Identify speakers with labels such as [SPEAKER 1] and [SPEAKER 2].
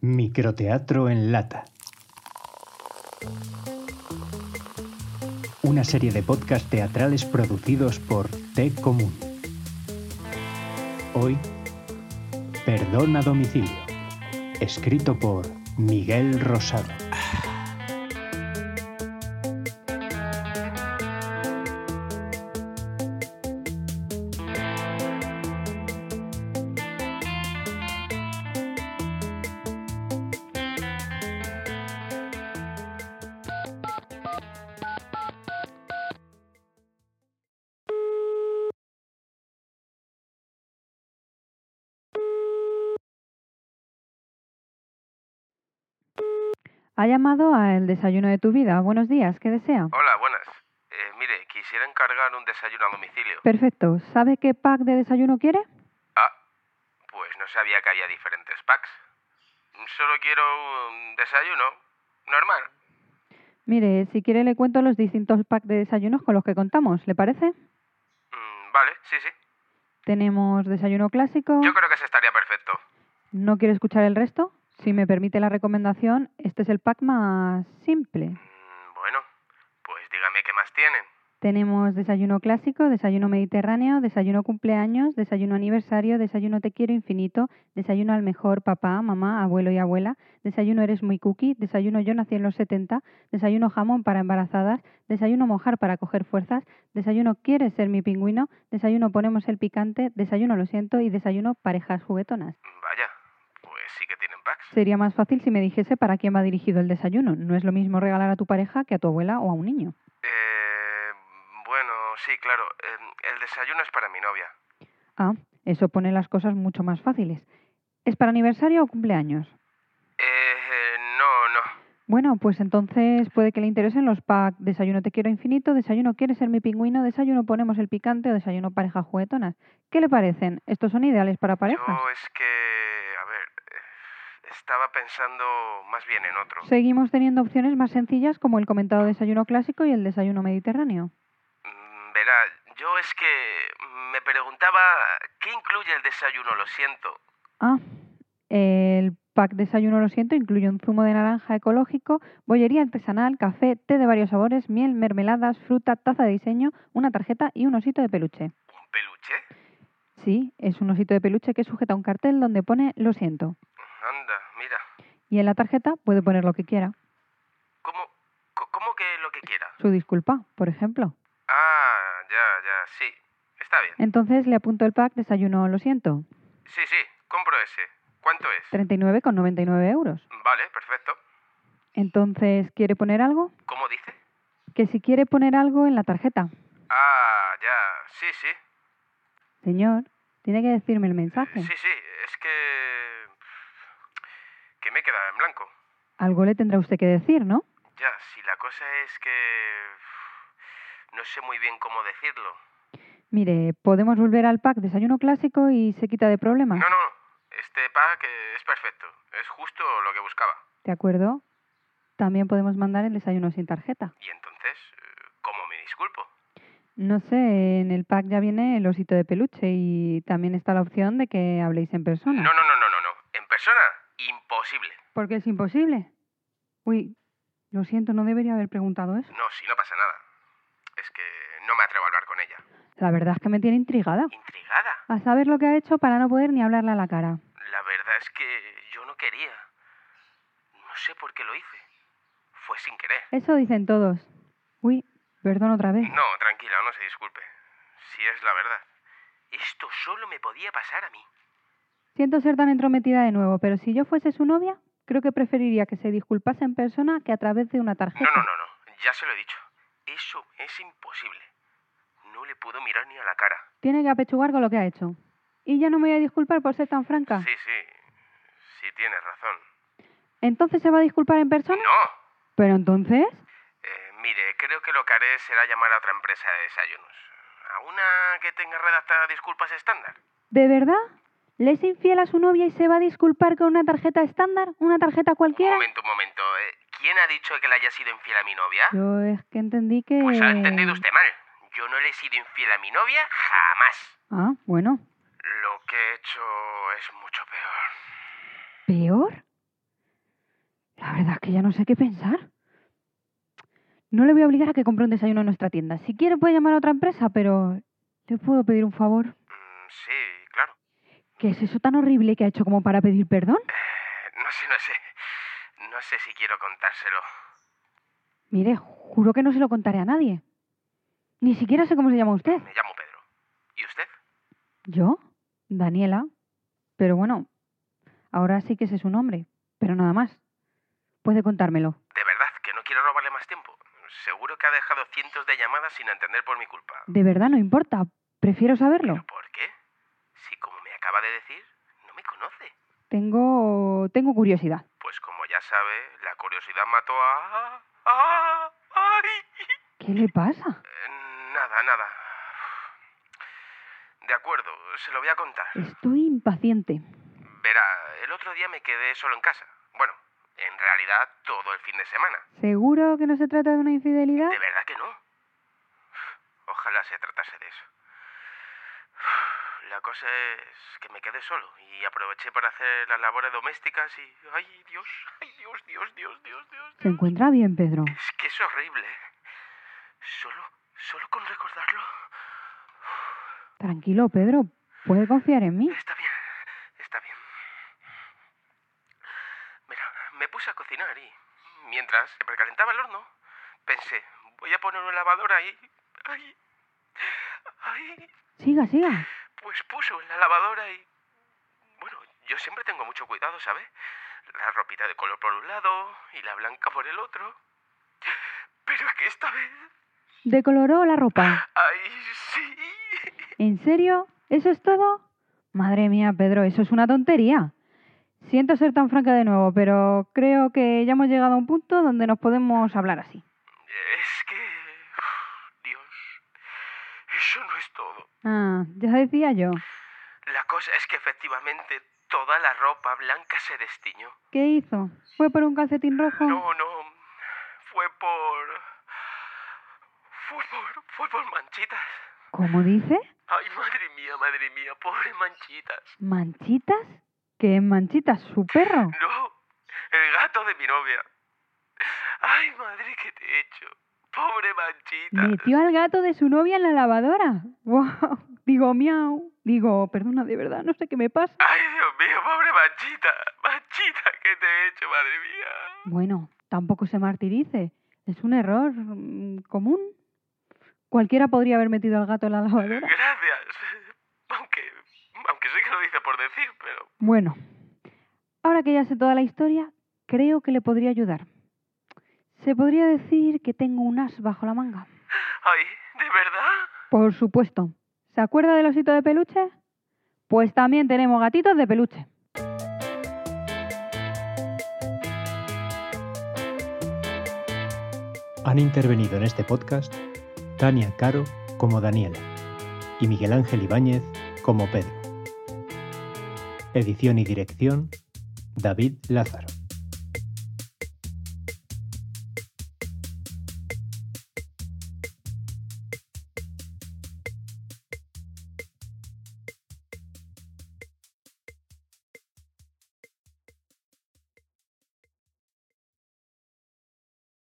[SPEAKER 1] Microteatro en lata. Una serie de podcast teatrales producidos por T Común. Hoy, Perdón a domicilio. Escrito por Miguel Rosado.
[SPEAKER 2] Ha llamado a el desayuno de tu vida. Buenos días, ¿qué desea?
[SPEAKER 3] Hola, buenas. Eh, mire, quisiera encargar un desayuno a domicilio.
[SPEAKER 2] Perfecto. ¿Sabe qué pack de desayuno quiere?
[SPEAKER 3] Ah, pues no sabía que había diferentes packs. Mm, Solo quiero un desayuno normal.
[SPEAKER 2] Mire, si quiere le cuento los distintos packs de desayunos con los que contamos, ¿le parece?
[SPEAKER 3] Mm, vale, sí, sí.
[SPEAKER 2] Tenemos desayuno clásico.
[SPEAKER 3] Yo creo que se estaría perfecto.
[SPEAKER 2] ¿No quiere escuchar el resto? Si me permite la recomendación, este es el pack más simple.
[SPEAKER 3] Mm, bueno, pues dígame qué más tienen.
[SPEAKER 2] Tenemos desayuno clásico, desayuno mediterráneo, desayuno cumpleaños, desayuno aniversario, desayuno te quiero infinito, desayuno al mejor papá, mamá, abuelo y abuela, desayuno eres muy cookie, desayuno yo nací en los 70, desayuno jamón para embarazadas, desayuno mojar para coger fuerzas, desayuno quieres ser mi pingüino, desayuno ponemos el picante, desayuno lo siento y desayuno parejas juguetonas.
[SPEAKER 3] Mm, Vaya, pues sí que tienen packs.
[SPEAKER 2] Sería más fácil si me dijese para quién va dirigido el desayuno. No es lo mismo regalar a tu pareja que a tu abuela o a un niño.
[SPEAKER 3] Eh, bueno, sí, claro. eh, el desayuno es para mi novia.
[SPEAKER 2] Ah, eso pone las cosas mucho más fáciles. ¿Es para aniversario o cumpleaños?
[SPEAKER 3] Eh, eh, no, no.
[SPEAKER 2] Bueno, pues entonces puede que le interesen los pack Desayuno te quiero infinito, Desayuno quieres ser mi pingüino, Desayuno ponemos el picante o Desayuno pareja juguetonas. ¿Qué le parecen? ¿Estos son ideales para parejas?
[SPEAKER 3] Yo es que, a ver, eh, estaba pensando más bien en otro.
[SPEAKER 2] Seguimos teniendo opciones más sencillas como el comentado desayuno clásico y el desayuno mediterráneo.
[SPEAKER 3] Mm, Verá, yo es que me preguntaba qué incluye el desayuno, lo siento.
[SPEAKER 2] Ah, el pack desayuno lo siento incluye un zumo de naranja ecológico, bollería artesanal, café, té de varios sabores, miel, mermeladas, fruta, taza de diseño, una tarjeta y un osito de peluche.
[SPEAKER 3] ¿Un peluche?
[SPEAKER 2] Sí, es un osito de peluche que sujeta un cartel donde pone lo siento.
[SPEAKER 3] Anda, mira.
[SPEAKER 2] Y en la tarjeta puede poner lo que quiera.
[SPEAKER 3] ¿Cómo, co- cómo que lo que quiera?
[SPEAKER 2] Su disculpa, por ejemplo.
[SPEAKER 3] Ah, ya, ya, sí. Está bien.
[SPEAKER 2] Entonces le apunto el pack desayuno lo siento.
[SPEAKER 3] Sí, sí, compro ese. ¿Cuánto es?
[SPEAKER 2] 39,99 euros.
[SPEAKER 3] Vale, perfecto.
[SPEAKER 2] Entonces, ¿quiere poner algo?
[SPEAKER 3] ¿Cómo dice?
[SPEAKER 2] Que si quiere poner algo en la tarjeta.
[SPEAKER 3] Ah, ya, sí, sí.
[SPEAKER 2] Señor, tiene que decirme el mensaje.
[SPEAKER 3] Sí, sí, es que... que me he quedado en blanco.
[SPEAKER 2] Algo le tendrá usted que decir, ¿no?
[SPEAKER 3] Ya, si la cosa es que... no sé muy bien cómo decirlo.
[SPEAKER 2] Mire, podemos volver al pack desayuno clásico y se quita de problemas.
[SPEAKER 3] No, no, este pack eh, es perfecto. Es justo lo que buscaba.
[SPEAKER 2] ¿De acuerdo? También podemos mandar el desayuno sin tarjeta.
[SPEAKER 3] Y entonces, eh, ¿cómo me disculpo?
[SPEAKER 2] No sé, en el pack ya viene el osito de peluche y también está la opción de que habléis en persona.
[SPEAKER 3] No, no, no, no, no, no. En persona, imposible.
[SPEAKER 2] Porque es imposible. Uy, lo siento, no debería haber preguntado eso.
[SPEAKER 3] No, si no pasa nada. Es que no me atrevo a hablar con ella.
[SPEAKER 2] La verdad es que me tiene intrigada.
[SPEAKER 3] Intrigada.
[SPEAKER 2] A saber lo que ha hecho para no poder ni hablarle a la cara.
[SPEAKER 3] La verdad es que yo no quería. No sé por qué lo hice. Fue sin querer.
[SPEAKER 2] Eso dicen todos. Uy, perdón otra vez.
[SPEAKER 3] No, tranquila, no se disculpe. Si es la verdad. Esto solo me podía pasar a mí.
[SPEAKER 2] Siento ser tan entrometida de nuevo, pero si yo fuese su novia, creo que preferiría que se disculpase en persona que a través de una tarjeta.
[SPEAKER 3] No, no, no, no. Ya se lo he dicho. Eso es imposible. No le puedo mirar ni a la cara.
[SPEAKER 2] Tiene que apechugar con lo que ha hecho. Y yo no me voy a disculpar por ser tan franca.
[SPEAKER 3] Sí, sí. Sí, tienes razón.
[SPEAKER 2] ¿Entonces se va a disculpar en persona?
[SPEAKER 3] No.
[SPEAKER 2] Pero entonces...
[SPEAKER 3] Eh, mire, creo que lo que haré será llamar a otra empresa de desayunos. A una que tenga redactada disculpas estándar.
[SPEAKER 2] ¿De verdad? ¿Le es infiel a su novia y se va a disculpar con una tarjeta estándar? ¿Una tarjeta
[SPEAKER 3] Un
[SPEAKER 2] cualquiera?
[SPEAKER 3] momento, un momento. eh, ¿Quién ha dicho que le haya sido infiel a mi novia?
[SPEAKER 2] Yo es que entendí que...
[SPEAKER 3] Pues ha entendido usted mal. Yo no le he sido infiel a mi novia jamás.
[SPEAKER 2] Ah, bueno.
[SPEAKER 3] Lo que he hecho es mucho peor.
[SPEAKER 2] ¿Peor? verdad es que ya no sé qué pensar. No le voy a obligar a que compre un desayuno en nuestra tienda. Si quiere puede llamar a otra empresa, pero le puedo pedir un favor.
[SPEAKER 3] Mm, sí, claro.
[SPEAKER 2] ¿Qué es eso tan horrible que ha hecho como para pedir perdón?
[SPEAKER 3] Eh, No sé, no sé. No sé si quiero contárselo.
[SPEAKER 2] Mire, juro que no se lo contaré a nadie. Ni siquiera sé cómo se llama usted.
[SPEAKER 3] Me llamo Pedro. ¿Y usted?
[SPEAKER 2] ¿Yo? Daniela. Pero bueno, ahora sí que sé su nombre, pero nada más. Puede contármelo.
[SPEAKER 3] De verdad, que no quiero robarle más tiempo. Seguro que ha dejado cientos de llamadas sin atender por mi culpa.
[SPEAKER 2] De verdad no importa, prefiero saberlo.
[SPEAKER 3] ¿Pero por qué? Si como me acaba de decir, no me conoce.
[SPEAKER 2] Tengo tengo curiosidad.
[SPEAKER 3] Pues como ya sabe, la curiosidad mató a... ¡Ah! ¡Ay!
[SPEAKER 2] ¿Qué le pasa?
[SPEAKER 3] Eh, Nada, nada. De acuerdo, se lo voy a contar.
[SPEAKER 2] Estoy impaciente.
[SPEAKER 3] Verá, el otro día me quedé solo en casa. Bueno, en realidad todo el fin de semana.
[SPEAKER 2] ¿Seguro que no se trata de una infidelidad?
[SPEAKER 3] De verdad que no. Ojalá se tratase de eso. La cosa es que me quedé solo y aproveché para hacer las labores domésticas y... ¡Ay, Dios! ¡Ay, Dios, Dios, Dios, Dios, Dios!
[SPEAKER 2] ¿Se encuentra bien, Pedro?
[SPEAKER 3] Es que es horrible. Solo, solo con recordarlo...
[SPEAKER 2] Tranquilo, Pedro. Puede confiar en mí.
[SPEAKER 3] Está bien, está bien. Mira, me puse a cocinar y mientras se precalentaba el horno, pensé, voy a poner una lavadora y... ¡Ay! ¡Ay!
[SPEAKER 2] Siga, siga.
[SPEAKER 3] Pues puso en la lavadora y... Bueno, yo siempre tengo mucho cuidado, ¿sabes? La ropita de color por un lado y la blanca por el otro. Pero es que esta vez...
[SPEAKER 2] Decoloró la ropa.
[SPEAKER 3] ¡Ay, sí!
[SPEAKER 2] ¿En serio? ¿Eso es todo? Madre mía, Pedro, eso es una tontería. Siento ser tan franca de nuevo, pero creo que ya hemos llegado a un punto donde nos podemos hablar así.
[SPEAKER 3] Es que... uf, Dios. Eso no es todo.
[SPEAKER 2] Ah, ya decía yo.
[SPEAKER 3] La cosa es que efectivamente toda la ropa blanca se destiñó.
[SPEAKER 2] ¿Qué hizo? ¿Fue por un calcetín rojo?
[SPEAKER 3] No, no. Fue por... Fue por... Fue por manchitas.
[SPEAKER 2] ¿Cómo dice?
[SPEAKER 3] Ay, madre mía, madre mía, pobre manchitas.
[SPEAKER 2] ¿Manchitas? ¿Qué es manchitas? ¿Su perro?
[SPEAKER 3] No, el gato de mi novia. Ay, madre, ¿qué te he hecho? Pobre manchita.
[SPEAKER 2] Metió al gato de su novia en la lavadora. ¡Wow! Digo, miau. Digo, perdona, de verdad, no sé qué me pasa.
[SPEAKER 3] Ay, Dios mío, pobre manchita. Manchita, ¿qué te he hecho, madre mía?
[SPEAKER 2] Bueno, tampoco se martirice. Es un error mm, común. Cualquiera podría haber metido al gato en la lavadora.
[SPEAKER 3] Gracias. Aunque, aunque sí que lo dice por decir, pero...
[SPEAKER 2] Bueno, ahora que ya sé toda la historia, creo que le podría ayudar. Se podría decir que tengo un as bajo la manga.
[SPEAKER 3] Ay, ¿de verdad?
[SPEAKER 2] Por supuesto. ¿Se acuerda del osito de peluche? Pues también tenemos gatitos de peluche.
[SPEAKER 1] Han intervenido en este podcast Tania Caro como Daniela y Miguel Ángel Ibáñez como Pedro. Edición y dirección David Lázaro.